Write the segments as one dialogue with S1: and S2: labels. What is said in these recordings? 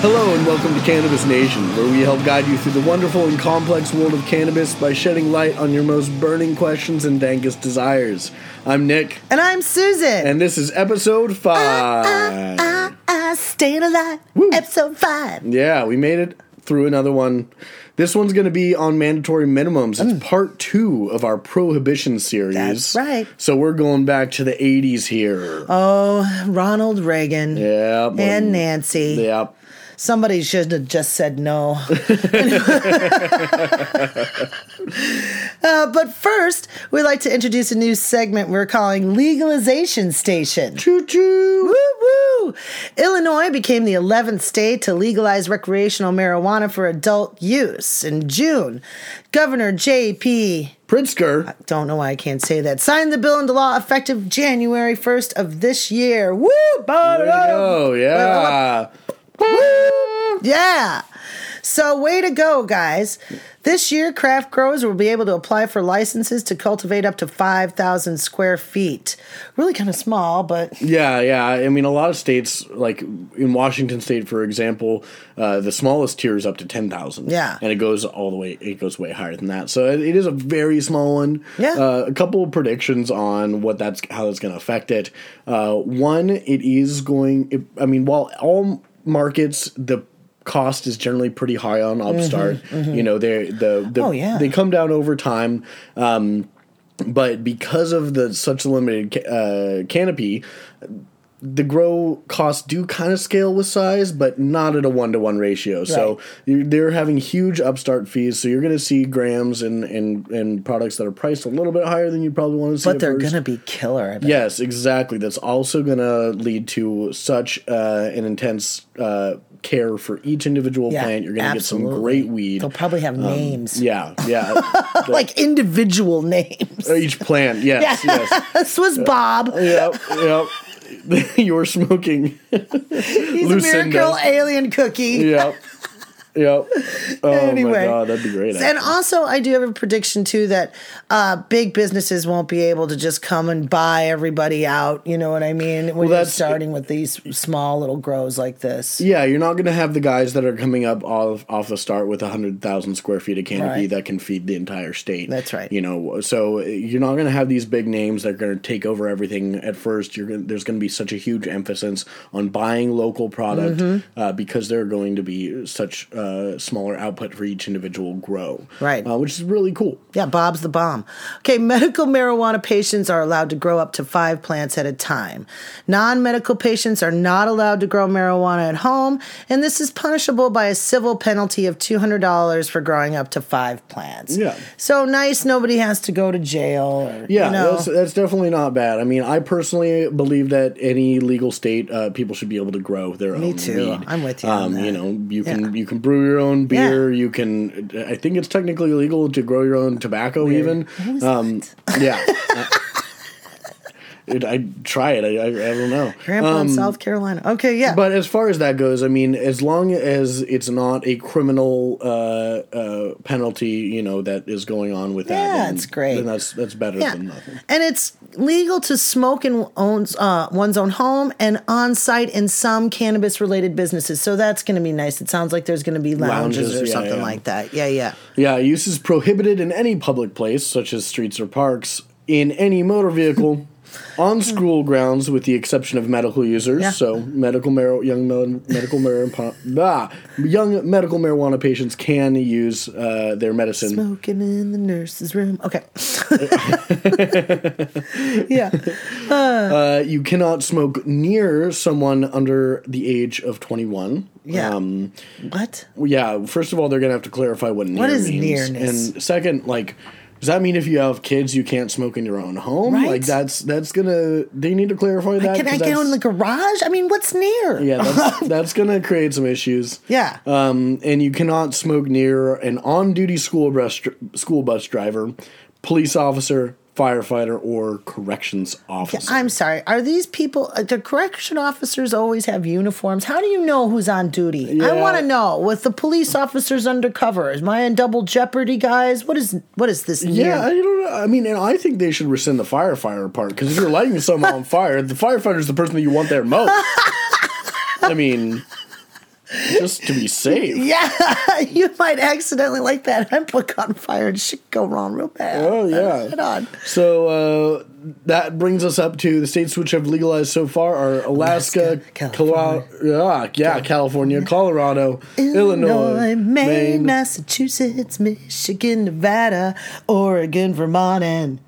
S1: Hello and welcome to Cannabis Nation, where we help guide you through the wonderful and complex world of cannabis by shedding light on your most burning questions and dankest desires. I'm Nick,
S2: And I'm Susan. Ah,
S1: and this is episode five.
S2: I, I stayed alive. Episode five.
S1: Yeah, we made it through another one. This one's going to be on mandatory minimums. It's part two of our prohibition series.
S2: Mm. That's right.
S1: So we're going back to the 80s here.
S2: Oh, Ronald Reagan
S1: yeah.
S2: and Nancy.
S1: Yeah.
S2: Somebody should have just said no. Uh, but first, we'd like to introduce a new segment we're calling Legalization Station.
S1: Choo choo.
S2: Woo woo! Illinois became the 11th state to legalize recreational marijuana for adult use in June. Governor J.P.
S1: Pritzker.
S2: don't know why I can't say that. Signed the bill into law effective January 1st of this year. Woo!
S1: Oh, yeah.
S2: uh, Woo! Yeah. So, way to go, guys. This year, craft growers will be able to apply for licenses to cultivate up to 5,000 square feet. Really kind of small, but
S1: Yeah, yeah. I mean, a lot of states, like in Washington State, for example, uh, the smallest tier is up to ten thousand.
S2: Yeah.
S1: and it goes all the way. It goes way higher than that. So it, it is a very small one.
S2: Yeah.
S1: Uh, a couple of predictions on what that's how that's going to affect it. Uh, one, it is going. It, I mean, while all markets the cost is generally pretty high on upstart you know they the, the
S2: Mm-hmm, Oh, yeah.
S1: they come down over time um but because of the such limited ca- uh, canopy the grow costs do kind of scale with size, but not at a one to one ratio. So
S2: Right.
S1: you're, they're having huge upstart fees. So you're going to see grams and, and, and products that are priced a little bit higher than you probably want to see.
S2: but
S1: at
S2: they're
S1: first.
S2: going to be killer. I bet.
S1: Yes, exactly. That's also going to lead to such uh, an intense uh, care for each individual
S2: Yeah,
S1: plant. You're going to get some
S2: absolutely.
S1: great weed.
S2: They'll probably have names,
S1: Um, Yeah, yeah.
S2: like individual names.
S1: each plant. Yes, yes. Uh,
S2: this was Bob.
S1: yep, yep. You're smoking.
S2: He's a
S1: Lucinda.
S2: miracle alien cookie.
S1: yep. Yep. Oh my
S2: Anyway.
S1: god, that'd be great.
S2: And
S1: actually.
S2: also, I do have a prediction too that uh, big businesses won't be able to just come and buy everybody out. You know what I mean? When you're
S1: that's-
S2: starting with these small little grows like this.
S1: yeah, you're not going to have the guys that are coming up off off the start with 100,000 square feet of canopy
S2: Right.
S1: that can feed the entire state.
S2: That's right.
S1: You know, so uh, you're not going to have these big names that are going to take over everything at first. You're gonna, there's going to be such a huge emphasis on buying local product
S2: Mm-hmm.
S1: uh, because there are going to be such uh, smaller output for each individual grow.
S2: Right.
S1: Uh, which is really cool.
S2: Yeah, Bob's the bomb. Okay, medical marijuana patients are allowed to grow up to five plants at a time. Non medical patients are not allowed to grow marijuana at home, and this is punishable by a civil penalty of $200 for growing up to five plants.
S1: Yeah.
S2: So nice, nobody has to go to jail. Or,
S1: Yeah,
S2: you know.
S1: that's, that's definitely not bad. I mean, I personally believe that any legal state, uh, people should be able to grow their own.
S2: too.
S1: weed. Um,
S2: I'm with you on that.
S1: You know, you can you can brew your own beer. You can. I think it's technically illegal to grow your own tobacco. Even.
S2: Who's
S1: Um, yeah. It, I try it. I, I, I don't know. Um,
S2: Grandpa in South Carolina. Okay, yeah.
S1: But as far as that goes, I mean, as long as it's not a criminal uh, uh, penalty, you know, that is going on with that,
S2: Yeah,
S1: then-
S2: it's great.
S1: Then that's that's better
S2: yeah.
S1: than nothing.
S2: And it's legal to smoke in one's, uh, one's own home and on site in some cannabis related businesses. So that's going to be nice. It sounds like there's going to be lounges,
S1: Lounges,
S2: or
S1: yeah,
S2: something
S1: yeah.
S2: like that. Yeah, yeah.
S1: Yeah, use is prohibited in any public place, such as streets or parks, in any motor vehicle, on school grounds, with the exception of medical users.
S2: Yeah.
S1: So, medical mar- young mel- medical marijuana ah, young medical marijuana patients can use uh, their medicine.
S2: Smoking in the nurse's room. Okay. yeah.
S1: Uh, you cannot smoke near someone under the age of twenty-one.
S2: Yeah.
S1: Um,
S2: What?
S1: Well, yeah, first of all, they're gonna have to clarify what near
S2: is
S1: means.
S2: nearness?
S1: and second, like, does that mean if you have kids, you can't smoke in your own home?
S2: Right.
S1: Like, that's that's gonna they need to clarify that.
S2: Can I
S1: 'cause
S2: go in the
S1: that's-
S2: garage? I mean, what's near?
S1: Yeah, that's, that's gonna create some issues.
S2: Yeah.
S1: Um, and you cannot smoke near an on-duty school bus school bus driver, police officer, firefighter, or corrections officer.
S2: I'm sorry. Are these people? uh, The correction officers always have uniforms. How do you know who's on duty? I
S1: Yeah.
S2: want to know. With the police officers undercover, am I in double jeopardy, guys? What is what is this?
S1: Yeah, I
S2: near-
S1: don't know. I mean, and I think they should rescind the firefighter part because if you're lighting someone on fire, the firefighter's the person that you want there most. I mean, just to be safe.
S2: Yeah, you might accidentally light that hemp book on fire and shit go wrong real bad.
S1: Oh, yeah.
S2: Right on.
S1: So uh, that brings us up to the states which have legalized so far are Alaska,
S2: Alaska,
S1: Colo- yeah, yeah, California, Colorado, Illinois,
S2: Maine, Massachusetts, Michigan, Nevada, Oregon, Vermont, and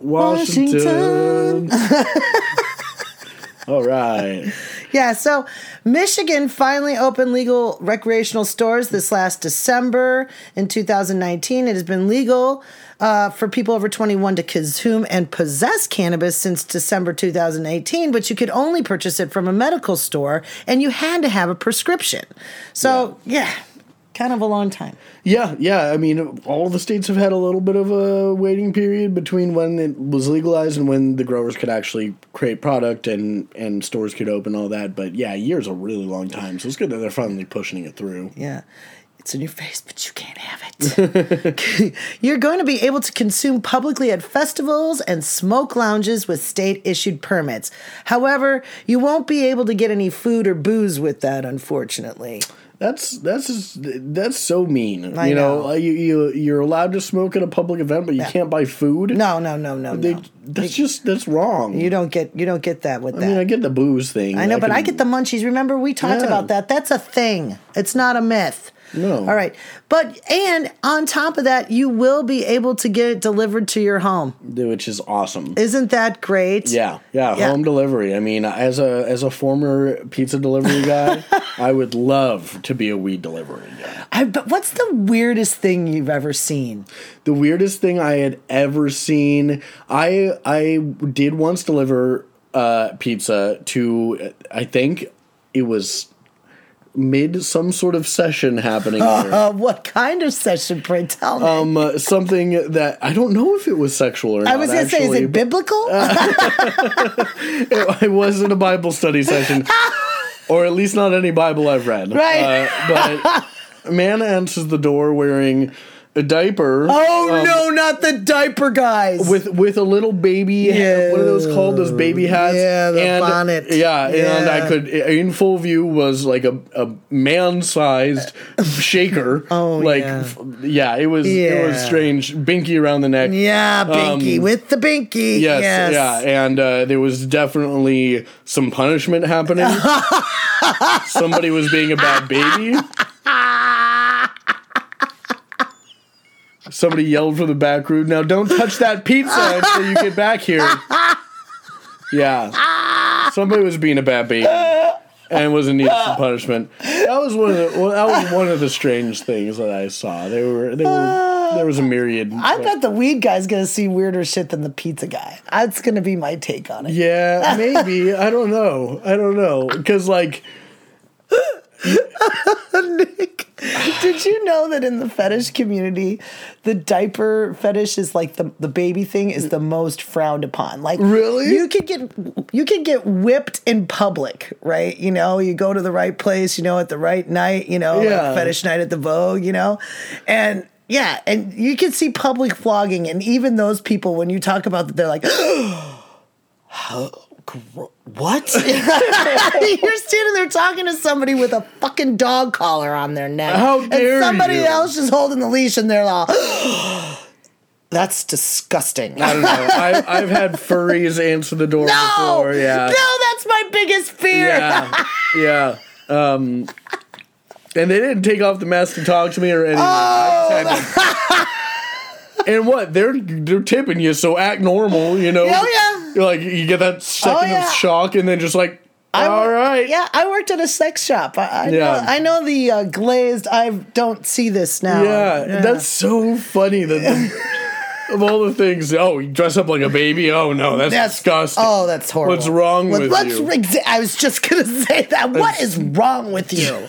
S1: Washington. All right.
S2: yeah. So Michigan finally opened legal recreational stores this last December in 2019. It has been legal uh, for people over 21 to consume and possess cannabis since December 2018, but you could only purchase it from a medical store, and you had to have a prescription. So yeah kind of a long time.
S1: Yeah, yeah. I mean, all the states have had a little bit of a waiting period between when it was legalized and when the growers could actually create product and and stores could open all that. But yeah, a year's a really long time. So it's good that they're finally pushing it through.
S2: Yeah. It's in your face, but you can't have it. You're going to be able to consume publicly at festivals and smoke lounges with state issued permits. However, you won't be able to get any food or booze with that, unfortunately.
S1: That's that's just, that's so mean.
S2: I
S1: you know,
S2: know.
S1: Like, you, you you're allowed to smoke at a public event, but you can't buy food.
S2: No, no, no, no,
S1: They-
S2: no.
S1: that's just that's wrong.
S2: You don't get you don't get that with that.
S1: I mean, I get the booze thing.
S2: I know, but I
S1: can-
S2: get the munchies. Remember, we talked
S1: Yeah.
S2: about that. That's a thing. It's not a myth.
S1: No.
S2: All right. But and on top of that, you will be able to get it delivered to your home.
S1: which is awesome.
S2: Isn't that great?
S1: Yeah, yeah,
S2: Yeah.
S1: home delivery. I mean, as a as a former pizza delivery guy, I would love to be a weed delivery guy.
S2: I, but what's the weirdest thing you've ever seen?
S1: The weirdest thing I had ever seen, I I did once deliver uh, pizza to I think it was mid some sort of session happening here.
S2: Uh, what kind of session, pray tell me?
S1: Um, uh, something that I don't know if it was sexual or not.
S2: I was going to say, is
S1: actually, uh,
S2: it biblical?
S1: it wasn't a Bible study session, or at least not any Bible I've read.
S2: Right.
S1: Uh, but a man answers the door wearing a diaper.
S2: oh, no, not the diaper guys.
S1: um, With, with a little baby,
S2: Yeah.
S1: what are those called? Those baby hats.
S2: Yeah, the
S1: and,
S2: bonnet.
S1: Yeah, and
S2: Yeah.
S1: I could in full view was like a, a man sized shaker.
S2: Oh,
S1: like
S2: yeah.
S1: f- yeah, it was it was
S2: Yeah.
S1: strange. Binky around the neck.
S2: yeah, Binky,
S1: um,
S2: with the Binky.
S1: Yes,
S2: Yes.
S1: yeah, and uh, there was definitely some punishment happening. Somebody was being a bad baby. Somebody yelled from the back room, "Now don't touch that pizza until you get back here." Yeah, somebody was being a bad baby and was in need of some punishment. That was one of the well, that was one of the strange things that I saw. They were they were there was a myriad.
S2: I bet the weed guy's going to see weirder shit than the pizza guy. That's going to be my take on it.
S1: Yeah, maybe. I don't know. I don't know. Because, like,
S2: Nick, did you know that in the fetish community, the diaper fetish is like the, the baby thing is the most frowned upon. Like
S1: Really?
S2: you could get you could get whipped in public, right? You know, you go to the right place, you know, at the right night, you know, like
S1: Yeah.
S2: fetish night at the Vogue, you know, and. Yeah, and you can see public flogging, and even those people, when you talk about that, they're like, How, gro- what? You're standing there talking to somebody with a fucking dog collar on their neck.
S1: How dare
S2: and somebody
S1: you.
S2: else is holding the leash and they're like, that's disgusting.
S1: I don't know. I, I've had furries answer the door
S2: No!
S1: before. Yeah.
S2: No, that's my biggest fear.
S1: Yeah. Yeah. Um, and they didn't take off the mask to talk to me or anything. I just had to- and what? They're they're tipping you, so act normal, you know?
S2: Oh,
S1: You're like, you get that second
S2: yeah.
S1: of shock and then just like,
S2: I
S1: all
S2: wor-
S1: right.
S2: Yeah, I worked at a sex shop. I, I, know,
S1: Yeah.
S2: I know the uh, glazed, I don't see this now.
S1: Yeah, that's so funny that the- of all the things. Oh, you dress up like a baby. Oh no, that's,
S2: That's-
S1: disgusting.
S2: Oh, that's horrible.
S1: What's wrong with
S2: what's
S1: you?
S2: exa- I was just gonna say that. What is wrong with you?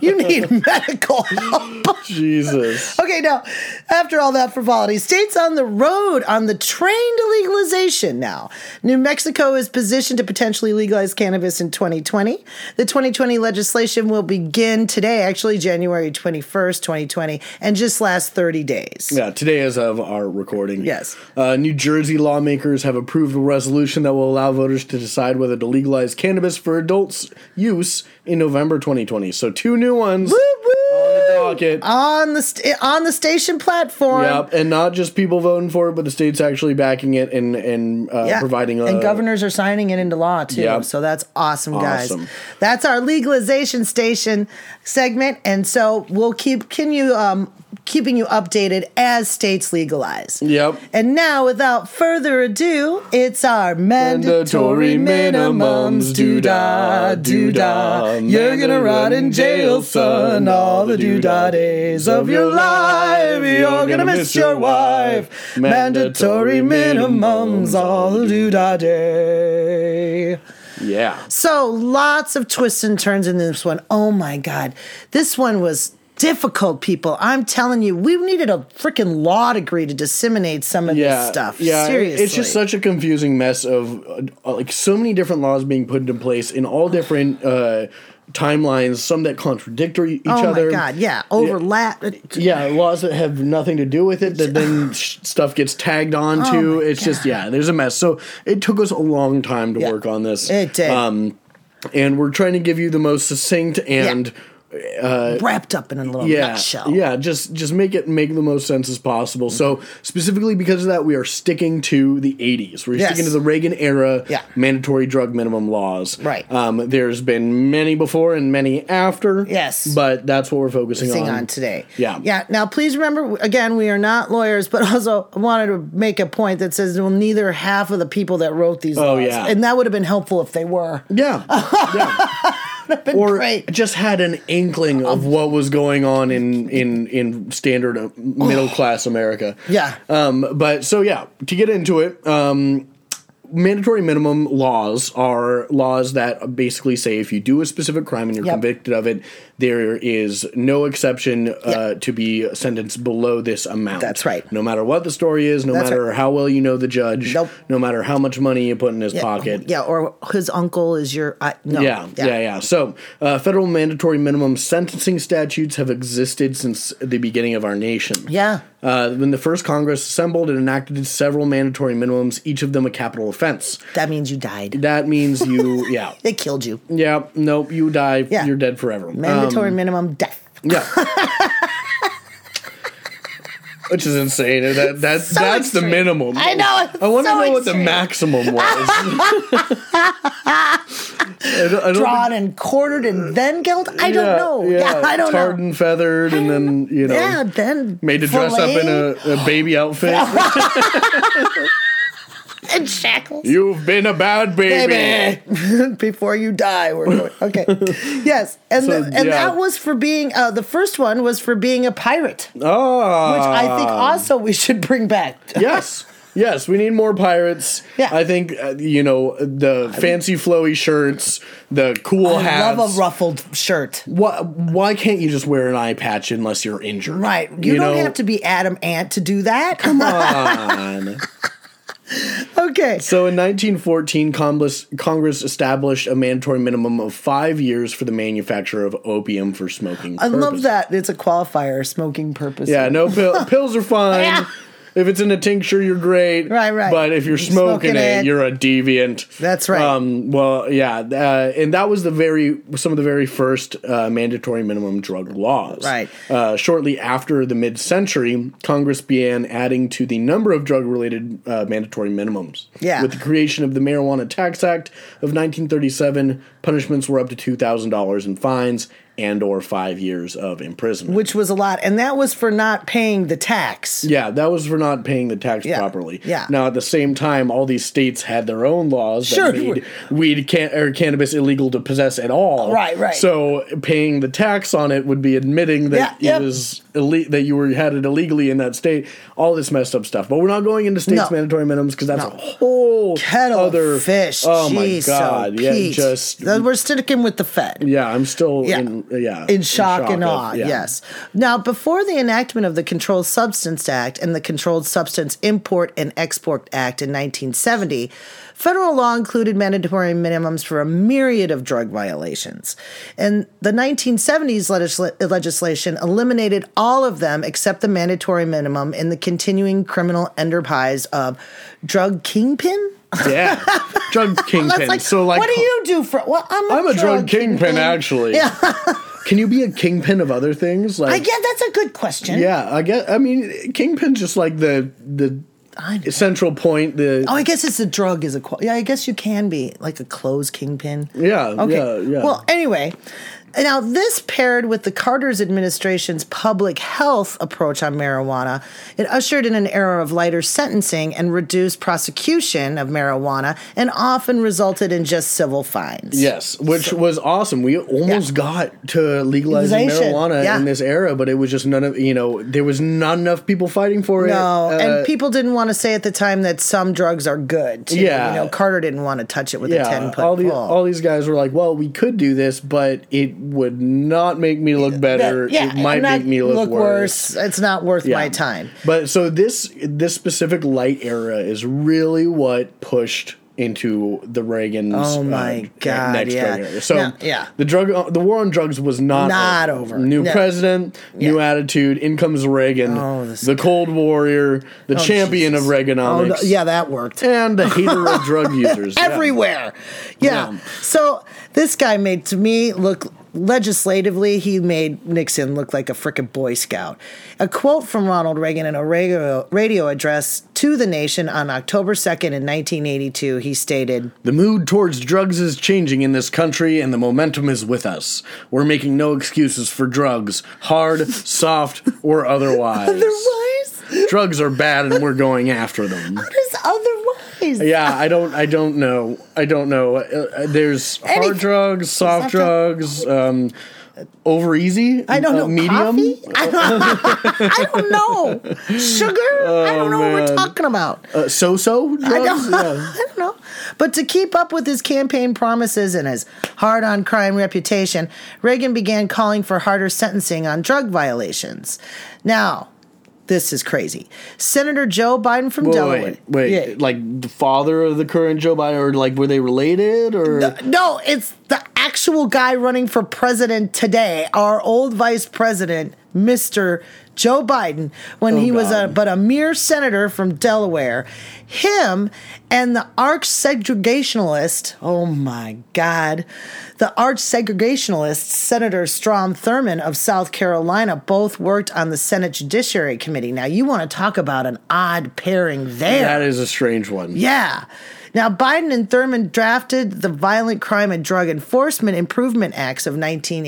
S2: You need medical help.
S1: Jesus.
S2: Okay, now, after all that frivolity, states on the road, on the train to legalization now. New Mexico is positioned to potentially legalize cannabis in 2020. The 2020 legislation will begin today, actually, January 21st, 2020, and just last 30 days.
S1: Yeah, today as of our recording.
S2: Yes.
S1: Uh, New Jersey lawmakers have approved a resolution that will allow voters to decide whether to legalize cannabis for adults' use in November 2020. So two new ones on the docket.
S2: on the st- on the station platform.
S1: Yep, and not just people voting for it, but the state's actually backing it and and uh,
S2: Yeah.
S1: providing a
S2: and governors are signing it into law too.
S1: Yep.
S2: So that's awesome, guys.
S1: Awesome.
S2: That's our legalization station segment, and so we'll keep can you um keeping you updated as states legalize.
S1: Yep.
S2: And now, without further ado, it's our
S1: Mandatory
S2: mandatory, minimums.
S1: minimums,
S2: Do
S1: doo-dah,
S2: da, do da.
S1: doo-dah.
S2: You're gonna
S1: Mandatory
S2: rot in jail, son, all the do
S1: doo-dah
S2: da days of your life. You're gonna miss your wife.
S1: Mandatory
S2: Mandatory minimums,
S1: minimums,
S2: all the do da day.
S1: yeah.
S2: So lots of twists and turns in this one. Oh my God. This one was difficult, people. I'm telling you, we needed a freaking law degree to disseminate some of
S1: Yeah,
S2: this stuff.
S1: yeah. it-
S2: Seriously.
S1: It's just such a confusing mess of uh, like so many different laws being put into place in all different uh, timelines. Some that contradictory each
S2: Oh
S1: other.
S2: my God. Yeah. Overlap. uh,
S1: Yeah, laws that have nothing to do with it that then sh- stuff gets tagged on to.
S2: Oh my
S1: it's just yeah, there's a mess. So it took us a long time to
S2: Yeah.
S1: work on this.
S2: It did.
S1: Um, and we're trying to give you the most succinct and
S2: Wrapped up in a little
S1: Uh, yeah,
S2: nutshell. Mm-hmm.
S1: yeah, just just make it make the most sense as possible. So specifically because of that, we are sticking to the 80s. We're
S2: Yes.
S1: sticking to the Reagan era
S2: Yeah.
S1: mandatory drug minimum laws.
S2: Right.
S1: Um, there's been many before and many after.
S2: Yes.
S1: but that's what we're focusing
S2: focusing
S1: on
S2: on today.
S1: Um, Yeah.
S2: Yeah. Now, please remember again, we are not lawyers, but also I wanted to make a point that says, well, neither half of the people that wrote these
S1: Oh,
S2: laws.
S1: yeah.
S2: And that would have been helpful if they were.
S1: Yeah. yeah. or
S2: great. Um,
S1: just had an inkling of what was going on in in in standard uh, middle class America.
S2: Oh. Yeah.
S1: Um but so yeah, to get into it, um mandatory minimum laws are laws that basically say if you do a specific crime and you're
S2: Yep.
S1: convicted of it, there is no exception uh, to be sentenced below this amount.
S2: That's right.
S1: No matter what the story is, no
S2: That's
S1: matter
S2: right.
S1: how well you know the judge,
S2: Nope.
S1: no matter how much money you put in his
S2: Yeah,
S1: pocket,
S2: Yeah, or his uncle is your. I no.
S1: yeah, yeah, yeah. So, uh, federal mandatory minimum sentencing statutes have existed since the beginning of our nation.
S2: Yeah.
S1: Uh, when the first Congress assembled and enacted several mandatory minimums, each of them a capital offense.
S2: That means you died.
S1: That means you, yeah,
S2: They killed you.
S1: yeah, nope, you die,
S2: Yeah.
S1: you're dead forever.
S2: Mandatory minimum death.
S1: Um, yeah. Which is insane. That, that, that's the
S2: extreme.
S1: minimum.
S2: I know, it's
S1: I want to
S2: so
S1: know what the
S2: extreme.
S1: maximum was. I don't- I don't think-
S2: Drawn and quartered and then killed. I
S1: Yeah,
S2: don't know. Yeah, I don't
S1: tarred
S2: know.
S1: and feathered, and then you know,
S2: yeah, then
S1: made to dress up in
S2: filleted
S1: a, a baby outfit.
S2: and shackles.
S1: You've been a bad baby.
S2: baby. Before you die, we're going. Okay. yes, and
S1: So,
S2: the, and
S1: yeah.
S2: that was for being uh, the first one was for being a pirate, which
S1: Oh,
S2: I think also we should bring back.
S1: yes. Yes, we need more pirates.
S2: Yeah.
S1: I think uh, you know the fancy flowy shirts, the cool
S2: I
S1: hats.
S2: love a ruffled shirt.
S1: why, why can't you just wear an eye patch unless you're injured?
S2: Right. You, don't have to be Adam Ant to do that. Come
S1: on.
S2: on. Okay.
S1: So in 1914, Congress, Congress established a mandatory minimum of five years for the manufacture of opium for smoking.
S2: I love
S1: purposes.
S2: that it's a qualifier, smoking purpose.
S1: Yeah, no pill, pills are fine.
S2: Yeah.
S1: If it's in a tincture, you're great.
S2: Right, right.
S1: But if you're smoking, it,
S2: Smoking it.
S1: you're a deviant.
S2: That's right.
S1: Um, well, yeah, uh, and that was the very some of the very first uh, mandatory minimum drug laws.
S2: Right.
S1: Uh, shortly after the mid-century, Congress began adding to the number of drug-related uh, mandatory minimums.
S2: Yeah.
S1: With the creation of the Marijuana Tax Act of 1937, punishments were up to two thousand dollars in fines and or five years of imprisonment.
S2: Which was a lot. And that was for not paying the tax.
S1: Yeah, that was for not paying the tax
S2: Yeah,
S1: properly.
S2: yeah.
S1: Now at the same time, all these states had their own laws
S2: Sure.
S1: that made weed can- or cannabis illegal to possess at all.
S2: Right, right.
S1: So paying the tax on it would be admitting that
S2: Yeah, yep.
S1: it was ille- that you were had it illegally in that state. All this messed up stuff. But we're not going into states
S2: No.
S1: mandatory minimums because that's
S2: No.
S1: a whole
S2: Kettle
S1: other
S2: of fish.
S1: Oh
S2: Jeez,
S1: my god!
S2: oh,
S1: yeah,
S2: Pete.
S1: just
S2: Th- We're sticking with the Fed.
S1: yeah. I'm still
S2: Yeah.
S1: in yeah
S2: in shock, and
S1: of-
S2: awe.
S1: yeah.
S2: Yes. Now, before the enactment of the Controlled Substance Act and the Controlled Substance Import and Export Act in 1970, federal law included mandatory minimums for a myriad of drug violations. And the 1970s legisla- legislation eliminated all of them except the mandatory minimum in the continuing criminal enterprise of drug kingpin.
S1: Yeah, drug kingpin. so like,
S2: what do you do for? Well, I'm a
S1: I'm a drug kingpin, actually.
S2: Yeah.
S1: Can you be a kingpin of other things? Like,
S2: I guess that's a good question.
S1: yeah, I guess. I mean, kingpin's just like the the
S2: I know.
S1: central point. The
S2: Oh, I guess it's a drug is a qual- yeah. I guess you can be like a closed kingpin.
S1: yeah,
S2: Oh, Okay.
S1: yeah, yeah.
S2: Well, anyway, now this paired with the Carter's administration's public health approach on marijuana, it ushered in an era of lighter sentencing and reduced prosecution of marijuana, and often resulted in just civil fines.
S1: Yes, which was awesome. We almost
S2: Yeah.
S1: got to legalizing
S2: Legalization,
S1: marijuana
S2: yeah.
S1: in this era, but it was just none of you know there was not enough people fighting for it.
S2: No,
S1: Uh,
S2: and people didn't want to say at the time that some drugs are good. Too.
S1: Yeah.
S2: you know, Carter didn't want to touch it with a ten
S1: yeah,
S2: foot
S1: all, the,
S2: pole.
S1: all these guys were like, "Well, we could do this, but it would not make me look better.
S2: But, yeah,
S1: it might
S2: not
S1: make me look, worse."
S2: It's not worth my
S1: Yeah.
S2: time.
S1: But so this this specific light era is really what pushed into the Reagan's uh,
S2: Oh my God,
S1: next
S2: yeah.
S1: drug era. So
S2: Now- yeah.
S1: the drug uh, the war on drugs was not
S2: Not over.
S1: New
S2: No.
S1: president, new attitude. In comes Reagan,
S2: Oh, this
S1: the Cold Warrior, the champion
S2: Oh, Jesus.
S1: of
S2: Oh,
S1: Reaganomics,
S2: th- yeah, that worked.
S1: and the hater of drug users Yeah.
S2: everywhere.
S1: Yeah.
S2: Yeah. So this guy made to me look legislatively, he made Nixon look like a frickin' Boy Scout. A quote from Ronald Reagan in a radio, radio address to the nation on October 2nd in 1982, he stated,
S1: The mood towards drugs is changing in this country, and the momentum is with us. We're making no excuses for drugs, hard, soft, or otherwise.
S2: Otherwise?
S1: drugs are bad and we're going after them.
S2: What is otherwise?
S1: Yeah, I don't, I don't know, I don't know. Uh, uh, there's hard
S2: Anything.
S1: drugs, soft
S2: Soft drug-
S1: drugs, um, over easy.
S2: I don't
S1: uh,
S2: know. Coffee? I don't, I don't know. Sugar? I don't know what we're
S1: Oh, man.
S2: talking about.
S1: uh, so-so drugs.
S2: I don't,
S1: Yeah.
S2: I don't know. But to keep up with his campaign promises and his hard on crime reputation, Reagan began calling for harder sentencing on drug violations. Now, this is crazy. Senator Joe Biden from
S1: Wait,
S2: Delaware.
S1: wait, wait.
S2: Yeah.
S1: like the father of the current Joe Biden, or like were they related, or
S2: No, it's the actual guy running for president today, our old vice president, Mr. Joe Biden, when he was a
S1: God.
S2: but a mere senator from Delaware. Him and the arch segregationalist, oh my God, the arch segregationalist, Senator Strom Thurmond of South Carolina, both worked on the Senate Judiciary Committee. Now, you want to talk about an odd pairing there.
S1: that is a strange one.
S2: Yeah. Now, Biden and Thurmond drafted the Violent Crime and Drug Enforcement Improvement Acts of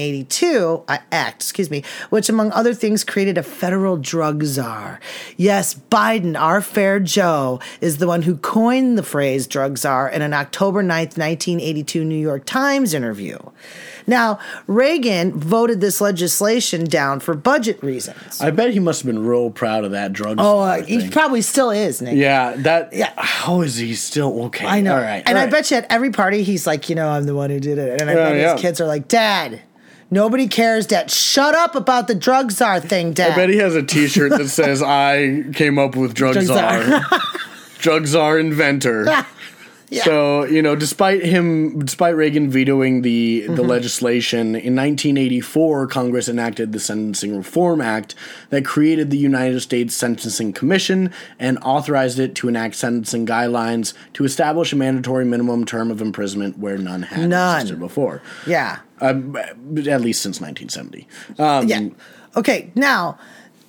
S2: 1982, uh, Act, excuse me, which, among other things, created a federal drug czar. Yes, Biden, our fair Joe, is the one who coined the phrase drug czar in an October 9th, 1982 New York Times interview. Now, Reagan voted this legislation down for budget reasons.
S1: I bet he must have been real proud of that drug.
S2: oh,
S1: store
S2: uh, he
S1: thing.
S2: probably still is, Nick.
S1: yeah, that.
S2: Yeah.
S1: how is he still okay?
S2: I know.
S1: All right,
S2: and
S1: all
S2: I
S1: right.
S2: bet you at every party, he's like, you know, I'm the one who did it. And I bet
S1: yeah.
S2: his kids are like, Dad, nobody cares, Dad. Shut up about the drug czar thing, Dad.
S1: I bet he has a T-shirt that says "I came up with drug
S2: Drug czar.
S1: czar, drug czar inventor."
S2: Yeah.
S1: So you know, despite him, despite Reagan vetoing the
S2: Mm-hmm.
S1: the legislation in 1984, Congress enacted the Sentencing Reform Act that created the United States Sentencing Commission and authorized it to enact sentencing guidelines to establish a mandatory minimum term of imprisonment where none had
S2: None.
S1: existed before,
S2: yeah.
S1: um, at least since 1970. Um,
S2: Yeah. Okay. Now,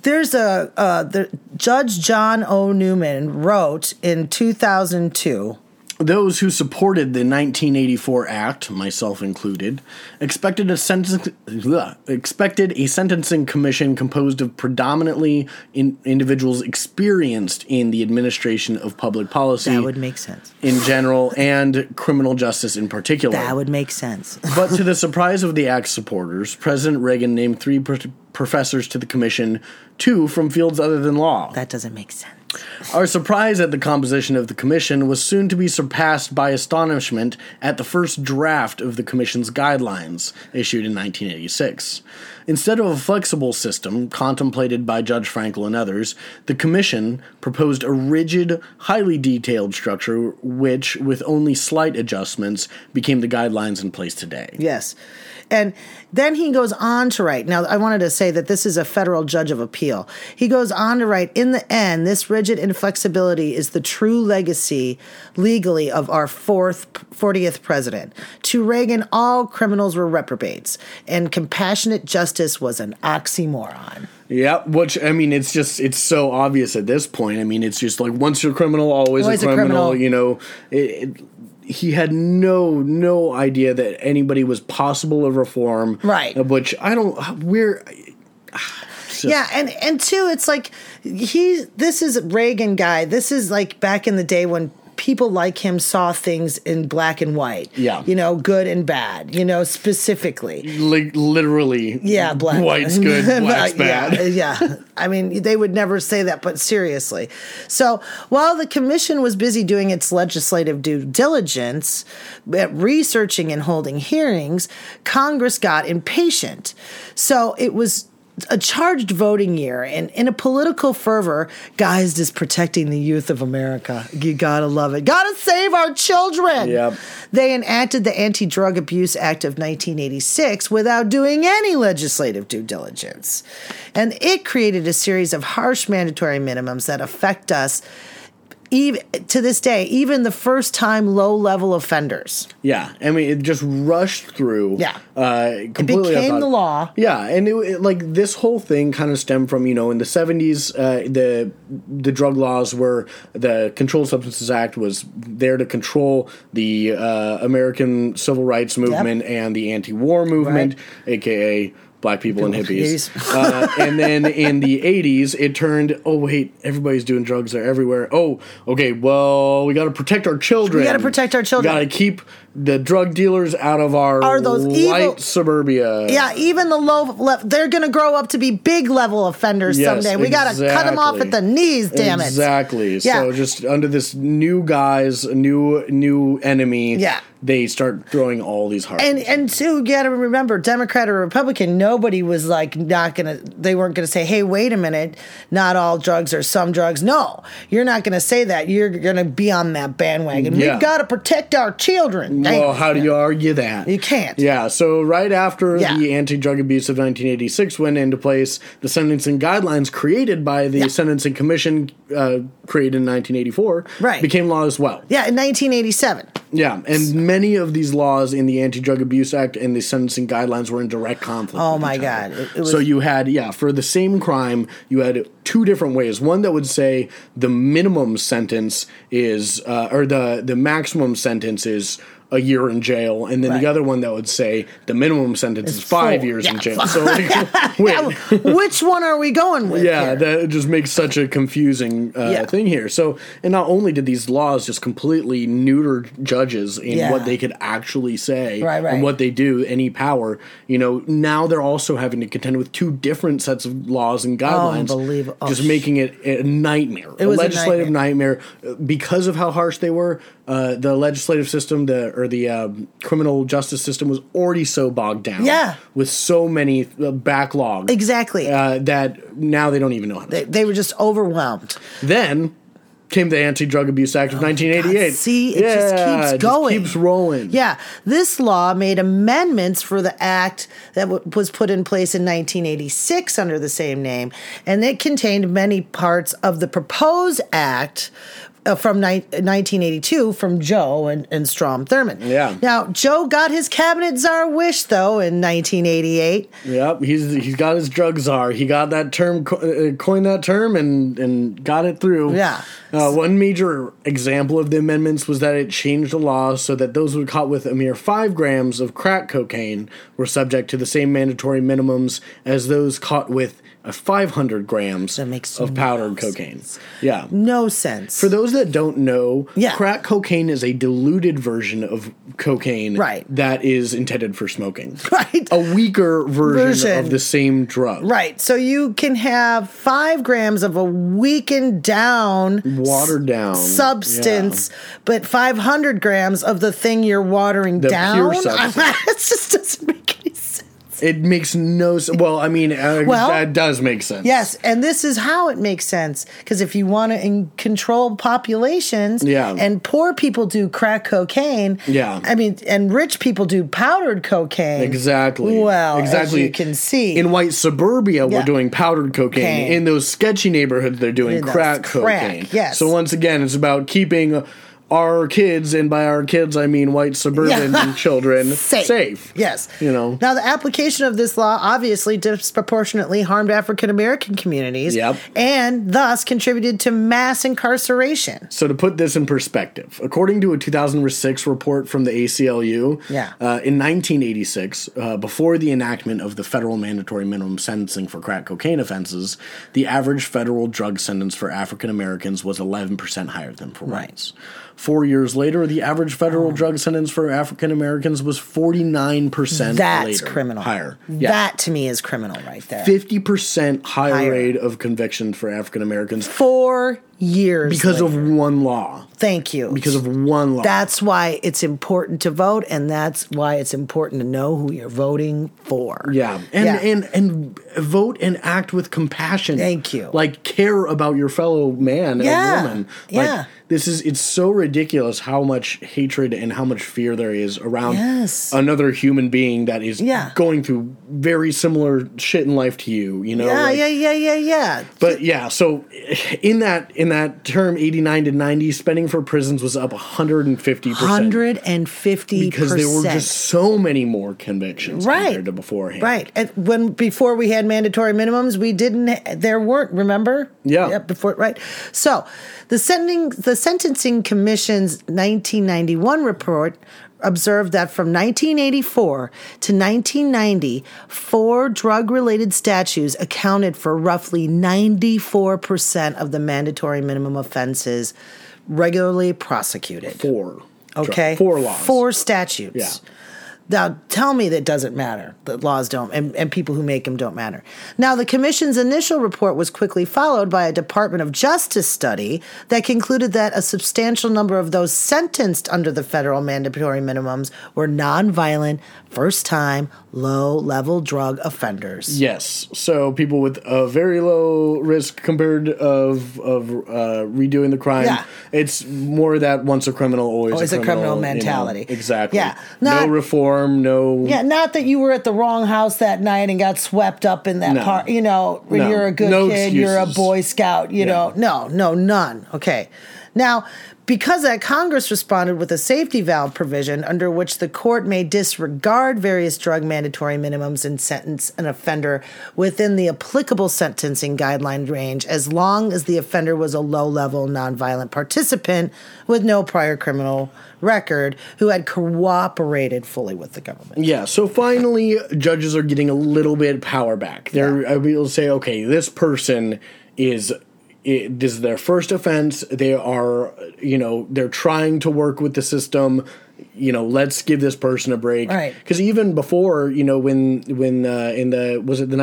S2: there's a uh, the Judge John O. Newman wrote in 2002.
S1: Those who supported the 1984 Act, myself included, expected a sentence ugh, expected a sentencing commission composed of predominantly in, individuals experienced in the administration of public policy
S2: That would make sense.
S1: in general and criminal justice in particular.
S2: That would make sense.
S1: But to the surprise of the Act's supporters, President Reagan named three pro- professors to the commission, two from fields other than law.
S2: that doesn't make sense.
S1: Our surprise at the composition of the commission was soon to be surpassed by astonishment at the first draft of the commission's guidelines, issued in 1986. Instead of a flexible system contemplated by Judge Frankel and others, the commission proposed a rigid, highly detailed structure which, with only slight adjustments, became the guidelines in place today.
S2: Yes. And then he goes on to write. Now, I wanted to say that this is a federal judge of appeal. He goes on to write In the end, this rigid inflexibility is the true legacy legally of our fourth, 40th president. To Reagan, all criminals were reprobates, and compassionate justice was an oxymoron.
S1: Yeah, which I mean, it's just it's so obvious at this point. I mean, it's just like once you're a criminal, always,
S2: Always
S1: a,
S2: a
S1: criminal,
S2: criminal.
S1: You know, it, it, he had no no idea that anybody was possible of reform.
S2: Right.
S1: uh, Which I don't. We're
S2: yeah and and two it's like he this is reagan guy this is like back in the day when people like him saw things in black and white
S1: Yeah.
S2: you know good and bad you know specifically
S1: li- literally.
S2: yeah black
S1: White's good. Black's
S2: yeah,
S1: bad.
S2: yeah i mean they would never say that but seriously so while the commission was busy doing its legislative due diligence at researching and holding hearings congress got impatient so it was a charged voting year and in a political fervor guised as protecting the youth of America. You gotta love it. Gotta save our children.
S1: Yep.
S2: They enacted the Anti Drug Abuse Act of 1986 without doing any legislative due diligence. And it created a series of harsh mandatory minimums that affect us. Even, to this day, even the first time low level offenders.
S1: Yeah, I mean, it just rushed through.
S2: Yeah.
S1: uh, completely
S2: became
S1: without-
S2: the law.
S1: Yeah, and it, it- like this whole thing kind of stemmed from you know in the seventies, uh, the the drug laws were the Controlled Substances Act was there to control the uh, American civil rights movement and the anti-war movement, aka. Black people and hippies.
S2: hippies.
S1: uh, and then in the 80s, it turned, oh, wait, everybody's doing drugs. They're everywhere. Oh, okay, well, we got to protect our children.
S2: gotta protect our children.
S1: Got to keep the drug dealers out of our
S2: Are those
S1: white
S2: evil-
S1: suburbia.
S2: Yeah, even the low level, they're going to grow up to be big level offenders
S1: Yes,
S2: someday. We got to cut them off at
S1: exactly.
S2: the knees, damn it.
S1: exactly.
S2: Yeah.
S1: So just under this new guise, new new enemy.
S2: Yeah.
S1: they start throwing all these hard.
S2: And and two, you got to remember, Democrat or Republican, nobody was like not gonna. They weren't gonna say, "Hey, wait a minute, not all drugs or some drugs." No, you're not gonna say that. You're gonna be on that bandwagon.
S1: Yeah.
S2: We've got to protect our children. Damn.
S1: well, how do you argue that?
S2: You can't.
S1: Yeah. So right after
S2: Yeah.
S1: the anti-drug abuse of 1986 went into place, the sentencing guidelines created by the
S2: Yeah.
S1: Sentencing Commission, uh, created in 1984,
S2: Right.
S1: became law as well.
S2: yeah, in 1987.
S1: Yeah, and many of these laws in the Anti-Drug Abuse Act and the sentencing guidelines were in direct conflict.
S2: Oh
S1: with
S2: my
S1: each
S2: God,
S1: other.
S2: it- it was-
S1: so you had yeah, for the same crime, you had two different ways. One that would say the minimum sentence is uh, or the the maximum sentence is a year in jail, and then
S2: Right.
S1: the other one that would say the minimum sentence is five
S2: four.
S1: years
S2: Yeah,
S1: in jail. So like, wait,
S2: Now, which one are we going with?
S1: yeah,
S2: here?
S1: that just makes such a confusing uh,
S2: Yeah.
S1: thing here. So, and not only did these laws just completely neuter judges in
S2: Yeah.
S1: what they could actually say
S2: Right, right.
S1: and what they do, any power, you know, now they're also having to contend with two different sets of laws and guidelines.
S2: Unbelievable. Oh,
S1: Just
S2: sh-
S1: making it a nightmare. It
S2: was a
S1: legislative nightmare. Uh, because of how harsh they were. Uh, the legislative system, the or the um, criminal justice system was already so bogged down.
S2: Yeah.
S1: with so many uh, backlogs
S2: exactly.
S1: uh, that now they don't even know how to.
S2: they, they were just overwhelmed.
S1: then came the Anti-Drug Abuse Act of 1988.
S2: Oh God, see, it just keeps
S1: it
S2: going.
S1: keeps rolling.
S2: Yeah, this law made amendments for the act that w- was put in place in 1986 under the same name, and it contained many parts of the proposed act. uh, From ni- 1982, from Joe and, and Strom Thurmond.
S1: Yeah.
S2: Now, Joe got his cabinet czar wish, though, in 1988.
S1: Yep, he's he's got his drug czar. He got that term, co- uh, coined that term, and and got it through.
S2: Yeah.
S1: Uh, one major example of the amendments was that it changed the law so that those who were caught with a mere five grams of crack cocaine were subject to the same mandatory minimums as those caught with uh, 500 grams
S2: That makes
S1: of
S2: no
S1: powdered cocaine. Yeah.
S2: No sense.
S1: For those that don't know,
S2: Yeah.
S1: crack cocaine is a diluted version of cocaine
S2: Right.
S1: that is intended for smoking.
S2: right.
S1: A weaker version,
S2: Version.
S1: of the same drug.
S2: Right. So you can have five grams of a weakened down
S1: Watered down.
S2: substance, but 500 grams of the thing you're watering
S1: The pure
S2: down.
S1: substance.
S2: it just doesn't make any sense.
S1: Yeah. It makes no s Well, I mean, uh,
S2: Well-
S1: that does make sense.
S2: Yes, and this is how it makes sense because if you want to in- control populations,
S1: Yeah.
S2: and poor people do crack cocaine,
S1: Yeah.
S2: I mean, and rich people do powdered cocaine,
S1: Exactly.
S2: Well, as
S1: exactly.
S2: you can see.
S1: in white suburbia,
S2: Yeah.
S1: we're doing powdered cocaine.
S2: Cocaine.
S1: In those sketchy neighborhoods, they're doing
S2: Those
S1: crack
S2: crack,
S1: cocaine.
S2: yes.
S1: So once again, it's about keeping our kids, and by our kids, I mean white suburban
S2: Yeah.
S1: children, safe.
S2: Yes.
S1: You know.
S2: Now, the application of this law obviously disproportionately harmed African American communities
S1: Yep.
S2: and thus contributed to mass incarceration.
S1: So to put this in perspective, according to a 2006 report from the ACLU,
S2: Yeah.
S1: uh, in 1986, uh, before the enactment of the federal mandatory minimum sentencing for crack cocaine offenses, the average federal drug sentence for African Americans was 11% higher than for whites. Four years later, the average federal
S2: Oh.
S1: drug sentence for African Americans was 49%
S2: That's
S1: later,
S2: criminal.
S1: higher.
S2: That to me is criminal right there.
S1: 50% higher,
S2: Higher.
S1: rate of conviction for African Americans
S2: Four years.
S1: because
S2: later.
S1: of one law.
S2: Thank you.
S1: Because of one law.
S2: That's why it's important to vote, and that's why it's important to know who you're voting for.
S1: Yeah. And
S2: Yeah.
S1: and and vote and act with compassion.
S2: Thank you.
S1: Like care about your fellow man
S2: Yeah.
S1: and woman. Like
S2: Yeah.
S1: this is it's so ridiculous how much hatred and how much fear there is around
S2: Yes.
S1: another human being that is
S2: Yeah.
S1: going through very similar shit in life to you, you know?
S2: Yeah,
S1: Like,
S2: yeah, yeah, yeah, yeah.
S1: But yeah, so in that in that term 89 to 90 spending for prisons was up 150%.
S2: 150
S1: because there were just so many more convictions
S2: Right.
S1: compared to beforehand.
S2: Right. And when before we had mandatory minimums, we didn't there weren't, remember?
S1: Yeah.
S2: before right. So, the sending the sentencing commission's 1991 report observed that from 1984 to 1990, four drug-related statutes accounted for roughly 94% of the mandatory minimum offenses regularly prosecuted.
S1: Four.
S2: Okay.
S1: Four laws.
S2: Four statutes.
S1: Yeah.
S2: Now tell me that doesn't matter. That laws don't, and, and people who make them don't matter. Now, the commission's initial report was quickly followed by a Department of Justice study that concluded that a substantial number of those sentenced under the federal mandatory minimums were nonviolent, first time, low level drug offenders.
S1: Yes. So people with a very low risk compared of of uh, redoing the crime.
S2: Yeah.
S1: It's more that once a criminal, always,
S2: Always
S1: a criminal, you know.
S2: mentality.
S1: exactly.
S2: Yeah. Not-
S1: no reform. No.
S2: Yeah, not that you were at the wrong house that night and got swept up in that
S1: No.
S2: part. You know, when
S1: No.
S2: you're a good
S1: No
S2: kid, you're a
S1: excuses.
S2: Boy Scout. You know, no, no, none. Okay, now because that Congress responded with a safety valve provision under which the court may disregard various drug mandatory minimums and sentence an offender within the applicable sentencing guideline range as long as the offender was a low-level nonviolent participant with no prior criminal record who had cooperated fully with the government.
S1: Yeah, so finally, judges are getting a little bit power back. They're
S2: Yeah.
S1: uh, we'll say, okay, this person is i this is their first offense. They are, you know, they're trying to work with the system. You know, let's give this person a break.
S2: Right.
S1: Because even before, you know, when when uh, in the was it the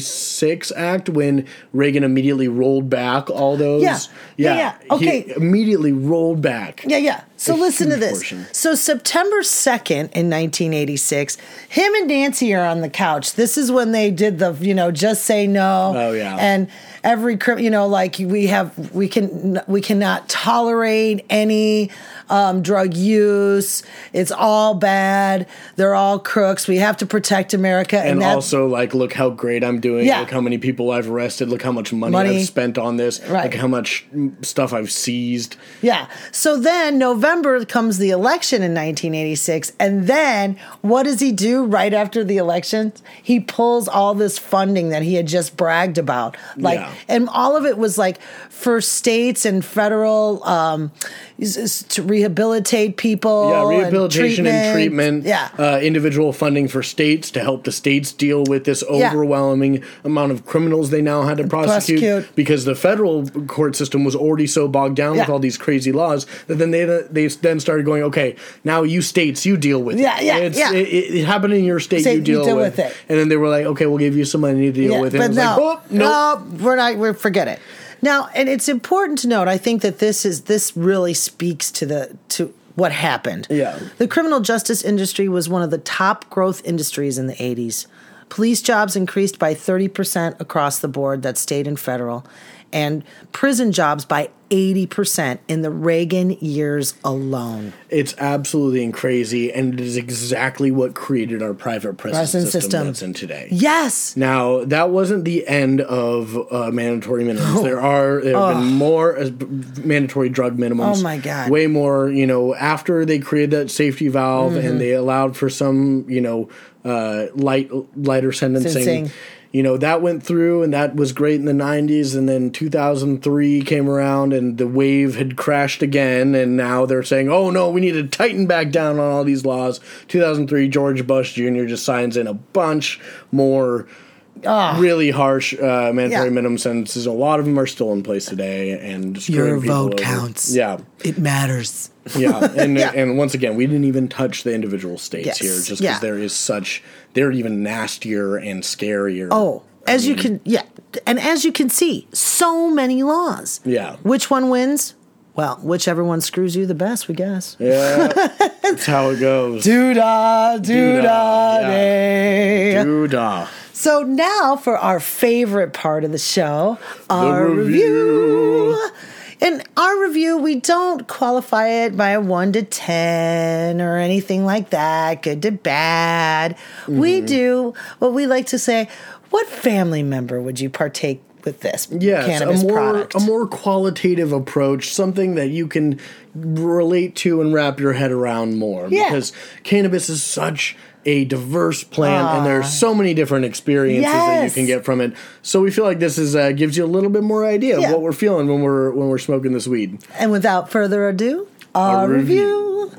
S1: 1986 Act when Reagan immediately rolled back all those.
S2: Yeah. Yeah, yeah.
S1: he
S2: Okay.
S1: immediately rolled back.
S2: Yeah, yeah. So
S1: A
S2: listen to
S1: huge
S2: this.
S1: portion.
S2: So September 2nd in 1986, him and Nancy are on the couch. This is when they did the, you know, just say no.
S1: Oh, yeah.
S2: And every cri- you know, like we have we can we cannot tolerate any um, drug use. It's all bad. They're all crooks. We have to protect America and,
S1: and
S2: that-
S1: also like look how great i'm doing
S2: Yeah.
S1: look how many people i've arrested look how much money,
S2: Money.
S1: i've spent on this
S2: Right.
S1: look how much mm, stuff i've seized
S2: Yeah. So then November comes the election in 1986. And then what does he do right after the election? He pulls all this funding that he had just bragged about. Like
S1: Yeah.
S2: And all of it was like for states and federal um, s- s- to rehabilitate people.
S1: Yeah,
S2: and
S1: rehabilitation and treatment.
S2: Yeah.
S1: Uh, individual funding for states to help the states deal with this overwhelming amount of criminals they now had to prosecute,
S2: Prosecute.
S1: because the federal court system was already so bogged down with
S2: Yeah.
S1: all these crazy laws that then they they then started going, okay, now you states you deal with
S2: Yeah,
S1: it.
S2: yeah,
S1: it's,
S2: yeah.
S1: It, it, it happened in your state,
S2: State,
S1: you deal, with, it. And then they were like, okay, we'll give you some money to deal
S2: Yeah,
S1: with it.
S2: But
S1: And it was
S2: no,
S1: like, oh, nope.
S2: no, we're not. We're forget it. Now, and it's important to note. I think that this is this really speaks to the to what happened.
S1: Yeah.
S2: the criminal justice industry was one of the top growth industries in the '80s. Police jobs increased by 30% across the board, that's state and federal, and prison jobs by 80% in the Reagan years alone.
S1: It's absolutely and crazy, and it is exactly what created our private prison,
S2: Prison
S1: system,
S2: system.
S1: that's in today.
S2: Yes.
S1: Now that wasn't the end of uh, mandatory minimums. There are there have been more as b- mandatory drug minimums.
S2: Oh, my God.
S1: Way more. You know, after they created that safety valve
S2: Mm-hmm.
S1: and they allowed for some, you know, uh, light lighter sentencing.
S2: Sentencing.
S1: You know that went through, and that was great in the '90s, and then 2003 came around, and the wave had crashed again, and now they're saying, "Oh no, we need to tighten back down on all these laws." 2003, George Bush Jr. just signs in a bunch more really harsh uh, mandatory
S2: Ah. Yeah.
S1: minimum sentences. A lot of them are still in place today, and screwing
S2: Your
S1: people
S2: vote
S1: over.
S2: counts.
S1: Yeah,
S2: It matters.
S1: yeah, and
S2: Yeah.
S1: and once again, we didn't even touch the individual states
S2: Yes.
S1: here, just because
S2: Yeah.
S1: there is such they're even nastier and scarier.
S2: Oh, as you can, yeah, and as you can see, so many laws.
S1: Yeah.
S2: Which one wins? Well, whichever one screws you the best, we guess.
S1: yeah, that's how it goes.
S2: Do da, do
S1: Doo-dah, yeah.
S2: day.
S1: Doo-dah.
S2: So now for our favorite part of the show, our
S1: review.
S2: review. In our review, we don't qualify it by a one to ten or anything like that, good to bad. We
S1: Mm-hmm.
S2: do what we like to say. What family member would you partake with this
S1: Yes,
S2: cannabis
S1: a more
S2: product?
S1: a more qualitative approach, something that you can relate to and wrap your head around more.
S2: Yeah.
S1: Because cannabis is such a diverse plant, and there's so many different experiences that you
S2: Yes.
S1: can get from it. So we feel like this is uh, gives you a little bit more idea of
S2: Yeah.
S1: what we're feeling when we're when we're smoking this weed.
S2: And without further ado, our,
S1: review.
S2: review.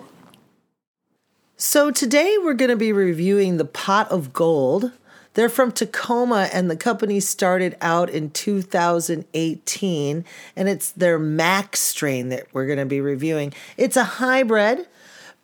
S2: So today we're going to be reviewing the Pot of Gold. They're from Tacoma and the company started out in 2018 and it's their Max strain that we're going to be reviewing. It's a hybrid,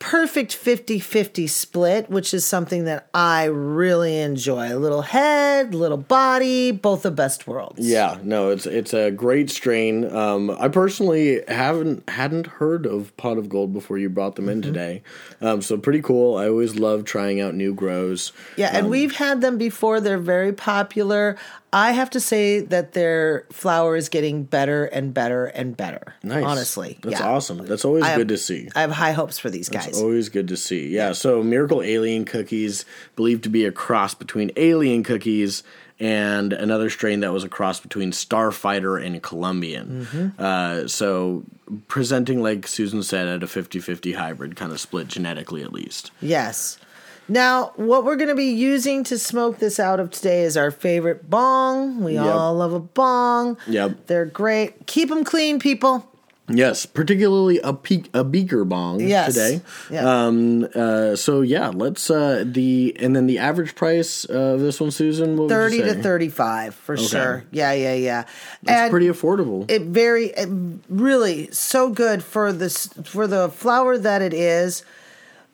S2: perfect 50-50 split, which is something that I really enjoy. Little head, little body, both the best worlds.
S1: Yeah, no, it's it's a great strain. Um, I personally haven't hadn't heard of Pot of Gold before you brought them in
S2: Mm-hmm.
S1: today, um, so pretty cool. I always love trying out new grows.
S2: Yeah,
S1: Um,
S2: and we've had them before. They're very popular. I have to say that their flower is getting better and better and better.
S1: Nice.
S2: Honestly.
S1: That's
S2: yeah.
S1: awesome. That's always
S2: I
S1: good to
S2: have-
S1: see.
S2: I have high hopes for these guys.
S1: It's always good to see. Yeah. So Miracle Alien Cookies believed to be a cross between alien cookies and another strain that was a cross between Starfighter and Colombian.
S2: Mm-hmm.
S1: Uh, so presenting, like Susan said, at a 50-50 hybrid kind of split genetically at least.
S2: Yes. Now, what we're going to be using to smoke this out of today is our favorite bong. We all love a bong.
S1: Yep.
S2: They're great. Keep them clean, people.
S1: Yes, particularly a peak, a beaker bong
S2: Yes.
S1: today.
S2: Yeah.
S1: Um, uh, so yeah, let's uh, the and then the average price of this one, Susan, what would
S2: 30
S1: you say?
S2: to 35 for sure. Yeah, yeah, yeah.
S1: It's
S2: And-
S1: pretty affordable.
S2: it very it really so good for this for the flower that it is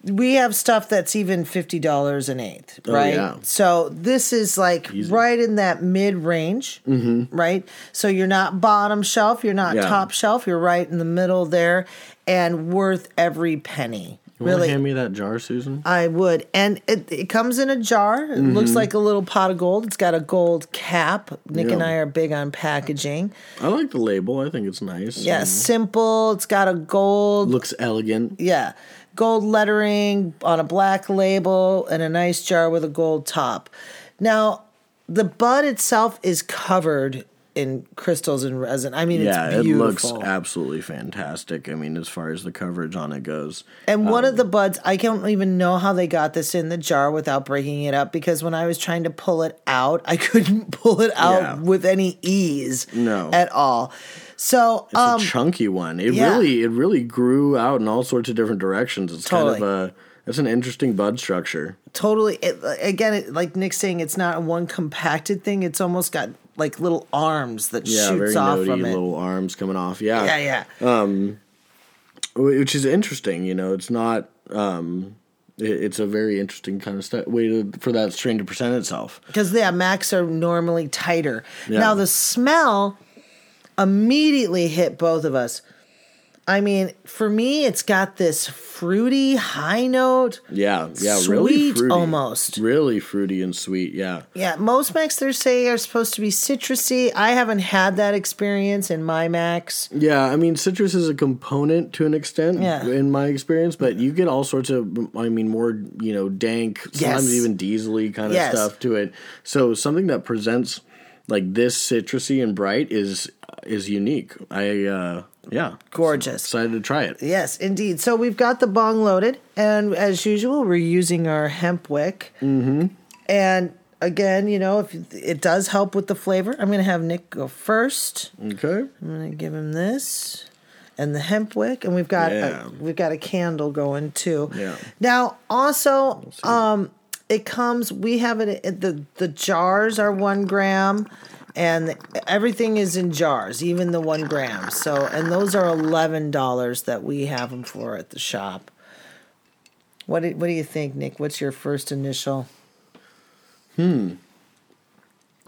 S2: we have stuff that's even $50 an eighth right
S1: Oh, yeah.
S2: so this is like right in that mid range right so you're not bottom shelf you're not
S1: Mm-hmm. Yeah.
S2: top shelf you're right in the middle there and worth every penny
S1: Wanna
S2: really
S1: hand me that jar, Susan?
S2: I would. And it, it comes in a jar. It
S1: Mm-hmm.
S2: looks like a little pot of gold. It's got a gold cap. Nick and
S1: Yeah.
S2: I are big on packaging.
S1: I like the label. I think it's nice.
S2: Yeah, simple. It's got a gold,
S1: Looks elegant.
S2: yeah, gold lettering on a black label and a nice jar with a gold top. Now, the bud itself is covered in crystals and resin. I mean,
S1: Yeah,
S2: it's
S1: it looks
S2: beautiful.
S1: absolutely fantastic. I mean, as far as the coverage on it goes,
S2: And one of the
S1: um,
S2: buds, I don't even know how they got this in the jar without breaking it up because when I was trying to pull it out, I couldn't pull it out
S1: Yeah.
S2: with any ease
S1: No.
S2: at all. So,
S1: it's
S2: um,
S1: a chunky one. It
S2: yeah.
S1: really, it really grew out in all sorts of different directions. It's kind
S2: Totally.
S1: of a, it's an interesting bud structure.
S2: totally, it, again, it, like Nick's saying, it's not one compacted thing. It's almost got like little arms that
S1: Yeah,
S2: shoots
S1: very
S2: off
S1: noddy
S2: from it.
S1: little arms coming off.
S2: Yeah, yeah.
S1: which is interesting. You know, it's not. Um, it, it's a very interesting kind of st- way to, for that strain to present itself.
S2: Because yeah, Macs are normally tighter.
S1: Yeah.
S2: Now the smell immediately hit both of us. I mean, for me, it's got this fruity high note.
S1: Yeah, yeah, really
S2: Sweet,
S1: fruity,
S2: almost.
S1: really fruity and sweet. Yeah,
S2: Yeah, most Macs they say are supposed to be citrusy. I haven't had that experience in my Macs.
S1: yeah. I mean, citrus is a component to an extent,
S2: Yeah.
S1: in my experience, but you get all sorts of, I mean, more you know, dank, sometimes
S2: Yes.
S1: even diesely kind of
S2: Yes.
S1: stuff to it. So something that presents like this citrusy and bright is is unique. I uh yeah,
S2: Gorgeous.
S1: excited to try it.
S2: Yes, indeed. So we've got the bong loaded, and as usual, we're using our hemp wick. Mm-hmm. And again, you know, if it does help with the flavor, I'm going to have Nick go first.
S1: Okay.
S2: I'm going to give him this and the hemp wick, and we've got
S1: Yeah.
S2: a, we've got a candle going too.
S1: Yeah.
S2: Now, also, um, it comes. We have it. it- the The jars are one gram, and everything is in jars, even the one gram. So, and those are eleven dollars that we have them for at the shop. What do, What do you think, Nick? What's your first initial?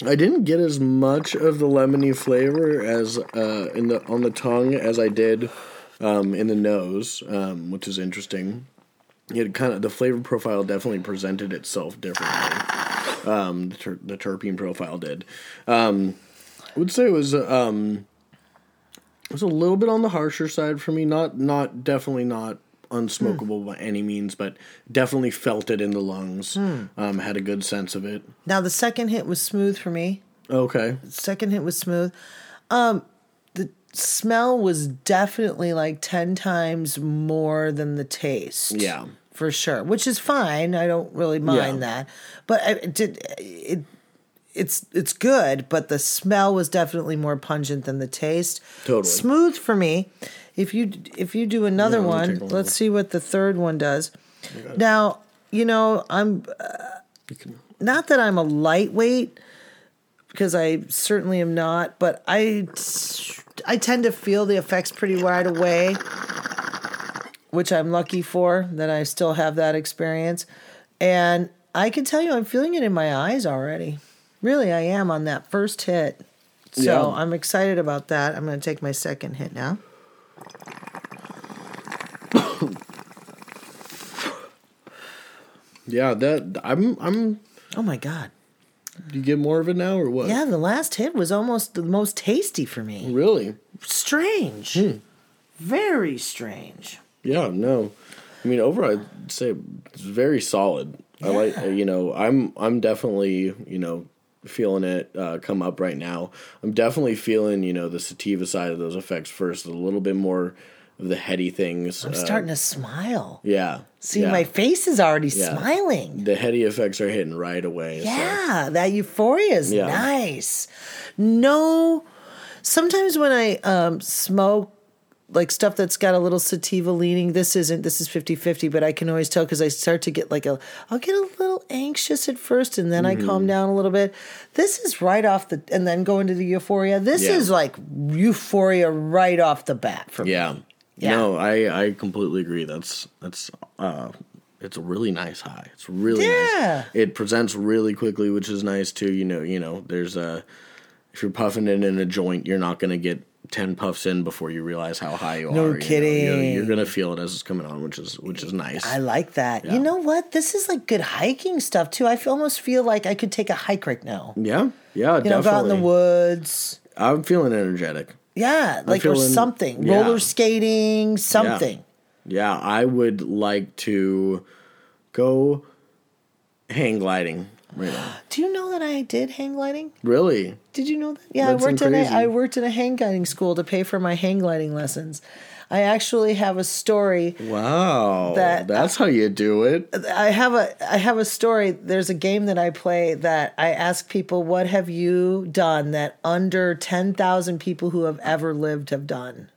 S1: I didn't get as much of the lemony flavor as uh, in the on the tongue as I did um, in the nose, um, which is interesting. It kind of the flavor profile definitely presented itself differently. Um, the, ter- the terpene profile did. Um, I would say it was um, it was a little bit on the harsher side for me. Not not definitely not unsmokable by any means, but definitely felt it in the lungs. Um, had a good sense of it.
S2: Now, the second hit was smooth for me.
S1: Okay.
S2: second hit was smooth. Um, the smell was definitely like ten times more than the taste.
S1: Yeah.
S2: for sure, which is fine. I don't really mind
S1: Yeah.
S2: that, but I, it did it. It's it's good, but the smell was definitely more pungent than the taste.
S1: Totally.
S2: smooth for me. If you if you do another
S1: Yeah, let me
S2: one,
S1: take one
S2: let's
S1: more.
S2: see what the third one does. Now you know I'm
S1: You can-
S2: not that I'm a lightweight because I certainly am not, but I I tend to feel the effects pretty right away, which I'm lucky for that I still have that experience. And I can tell you I'm feeling it in my eyes already. Really, I am on that first hit. So,
S1: Yeah.
S2: I'm excited about that. I'm going to take my second hit now.
S1: Yeah, that I'm I'm
S2: Oh my god.
S1: you get more of it now or what?
S2: Yeah, the last hit was almost the most tasty for me.
S1: Really?
S2: strange. Very strange.
S1: Yeah, no. I mean overall I'd say it's very solid. I like you know, I'm I'm definitely, you know, feeling it uh, come up right now. I'm definitely feeling, you know, the sativa side of those effects first, a little bit more of the heady things. uh,
S2: I'm starting to smile.
S1: yeah.
S2: See,
S1: yeah.
S2: my face is already
S1: Yeah.
S2: smiling.
S1: the heady effects are hitting right away. so-
S2: Yeah, that euphoria is
S1: Yeah.
S2: nice. No, sometimes when I um, smoke, like stuff that's got a little sativa leaning, this isn't, this is 50 50, but I can always tell because I start to get like a, I'll get a little anxious at first and then I
S1: Mm-hmm.
S2: calm down a little bit. This is right off the, and then go into the euphoria. This
S1: Yeah.
S2: is like euphoria right off the bat for me.
S1: Yeah.
S2: Yeah.
S1: No, I I completely agree. That's that's uh it's a really nice high. It's really nice.
S2: Yeah.
S1: It presents really quickly, which is nice too. You know, you know, there's a if you're puffing it in a joint, you're not gonna get ten puffs in before you realize how high you are. you know. You're,
S2: kidding.
S1: you're gonna feel it as it's coming on, which is which is nice.
S2: I like that. You know what? This is like good hiking stuff too. I feel, almost feel like I could take a hike right now.
S1: yeah, yeah,
S2: You
S1: definitely.
S2: know, go out in the woods.
S1: I'm feeling energetic.
S2: Yeah, like or
S1: feeling-
S2: something.
S1: yeah.
S2: Roller skating, something.
S1: Yeah, I would like to go hang gliding. radon.
S2: Do you know that I did hang gliding?
S1: Really?
S2: Did you know that? Yeah,
S1: That's
S2: I worked in a,
S1: crazy.
S2: I worked in a hang gliding school to pay for my hang gliding lessons. I actually have a story.
S1: Wow.
S2: That-
S1: That's how you do it.
S2: I have a I have a story. There's a game that I play that I ask people, "What have you done that under ten thousand people who have ever lived have done?"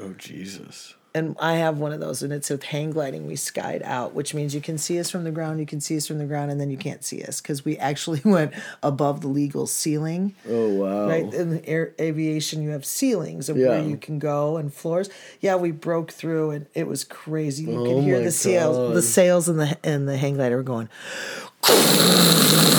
S1: Oh Jesus.
S2: and I have one of those, and it's with hang gliding. We skied out, which means you can see us from the ground, you can see us from the ground, and then you can't see us because we actually went above the legal ceiling.
S1: Oh wow.
S2: Right in air, aviation, you have ceilings of where
S1: Yeah.
S2: you can go and floors. Yeah, we broke through, and it was crazy. You
S1: Oh
S2: could hear
S1: my
S2: the sails, the
S1: God.
S2: sails, and the and the hang glider were going.
S1: Jesus.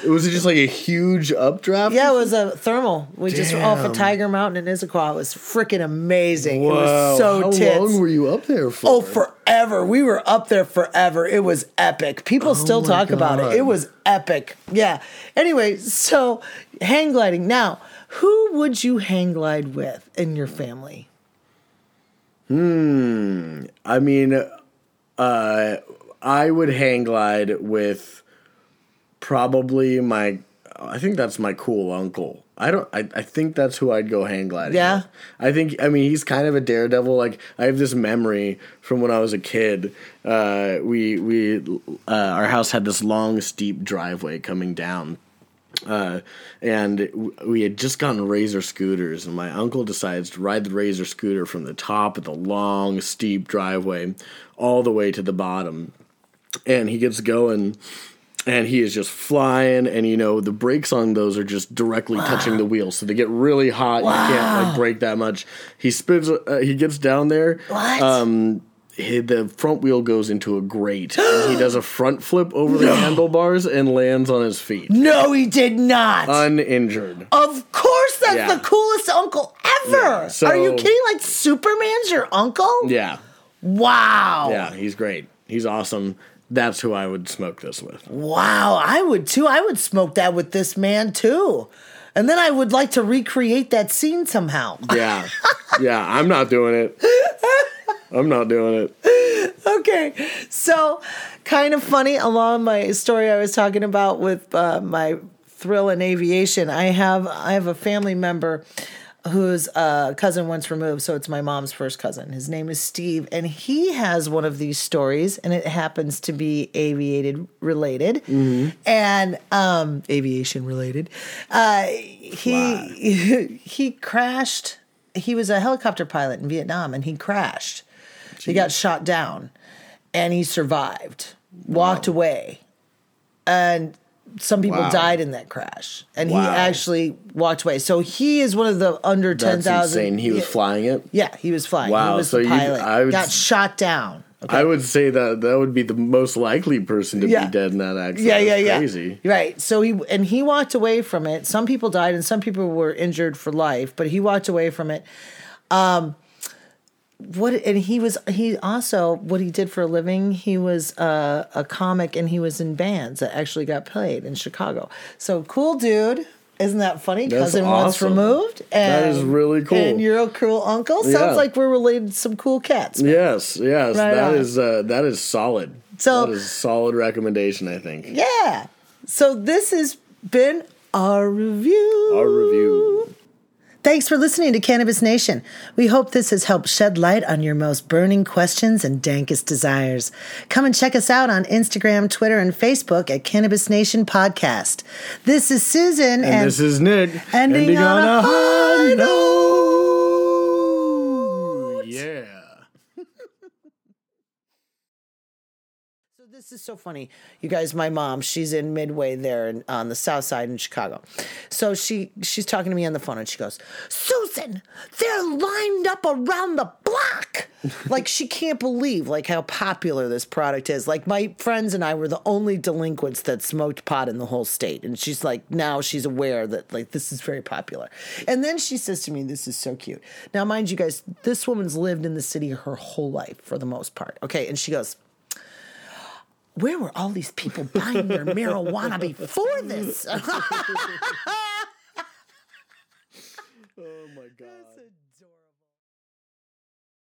S1: Was it just like a huge updraft?
S2: Yeah, it was a thermal. We just were off
S1: Damn.
S2: of Tiger Mountain in Issaquah. It was freaking amazing. It
S1: Wow.
S2: was so
S1: How
S2: tits.
S1: long were you up there for?
S2: Oh, forever. We were up there forever. It was epic. People still
S1: Oh my
S2: talk about
S1: God.
S2: it. It was epic. Yeah. Anyway, so hang gliding. Now, who would you hang glide with in your family?
S1: I mean, uh, I would hang glide with probably my. I think that's my cool uncle. I don't. I, I think that's who I'd go hang gliding.
S2: Yeah?
S1: with. I think. I mean, he's kind of a daredevil. Like I have this memory from when I was a kid. Uh, we we uh, our house had this long steep driveway coming down uh, and w- we had just gotten razor scooters, and my uncle decides to ride the razor scooter from the top of the long, steep driveway all the way to the bottom. And he gets going, and he is just flying, and you know, the brakes on those are just directly touching the wheel, so they get really hot. You can't like brake that much. He spins, uh, he gets down there.
S2: What?
S1: Um, he, the front wheel goes into a grate, and he does a front flip over the handlebars and lands on his feet
S2: No, he did not.
S1: uninjured.
S2: of course, that's
S1: Uh, Yeah.
S2: the coolest uncle ever.
S1: Yeah, so-
S2: Are you kidding? Like Superman's your uncle?
S1: Yeah,
S2: Wow.
S1: yeah, he's great. He's awesome. That's who I would smoke this with.
S2: Wow, I would too. I would smoke that with this man too. And then I would like to recreate that scene somehow.
S1: Yeah, yeah, I'm not doing it. I'm not doing it.
S2: okay. So, kind of funny along my story I was talking about with uh, my thrill in aviation. I have I have a family member whose uh, cousin once removed, so it's my mom's first cousin. His name is Steve, and he has one of these stories, and it happens to be aviated related and um, aviation related. Uh, he he crashed. He was a helicopter pilot in Vietnam, and he crashed. He got shot down and he survived, walked away. And some people
S1: Wow.
S2: died in that crash. And he
S1: Wow.
S2: actually walked away. So he is one of the under
S1: That's
S2: 10,000.
S1: insane. He was
S2: Yeah,
S1: flying it.
S2: Yeah, he was flying.
S1: Wow,
S2: He was
S1: so
S2: the
S1: you-
S2: pilot.
S1: I would-
S2: got shot down. Okay.
S1: I would say that that would be the most likely person to
S2: Yeah.
S1: be dead in that accident.
S2: yeah, yeah,
S1: That's
S2: yeah.
S1: Crazy.
S2: Right. So he and he walked away from it. Some people died and some people were injured for life, but he walked away from it. Um what and he was he also what he did for a living, he was uh, a comic and he was in bands that actually got played in Chicago. So cool dude. Isn't that funny?
S1: That's
S2: Cousin once
S1: awesome.
S2: removed. And,
S1: That is really cool.
S2: And you're a cool uncle. Sounds
S1: Yeah.
S2: like we're related to some cool cats.
S1: Yes, yes,
S2: Right
S1: that
S2: on.
S1: is uh, that is solid.
S2: So-
S1: that is a solid recommendation. I think
S2: Yeah. So this has been our review.
S1: our review.
S2: Thanks for listening to Cannabis Nation. We hope this has helped shed light on your most burning questions and dankest desires. Come and check us out on Instagram, Twitter, and Facebook at Cannabis Nation Podcast. This is Susan, and,
S1: And, this is Nick
S2: ending on a high
S1: note. Yeah.
S2: So this is so funny. You guys, my mom, she's in Midway there in, on the South Side in Chicago. So she she's talking to me on the phone and she goes, "Susan, they're lined up around the block." like she can't believe like how popular this product is. Like my friends and I were the only delinquents that smoked pot in the whole state and she's like now she's aware that like this is very popular. And then she says to me, "This is so cute." Now, mind you guys, this woman's lived in the city her whole life for the most part. Okay, and she goes, where were all these people buying their marijuana before this?
S1: Oh my god.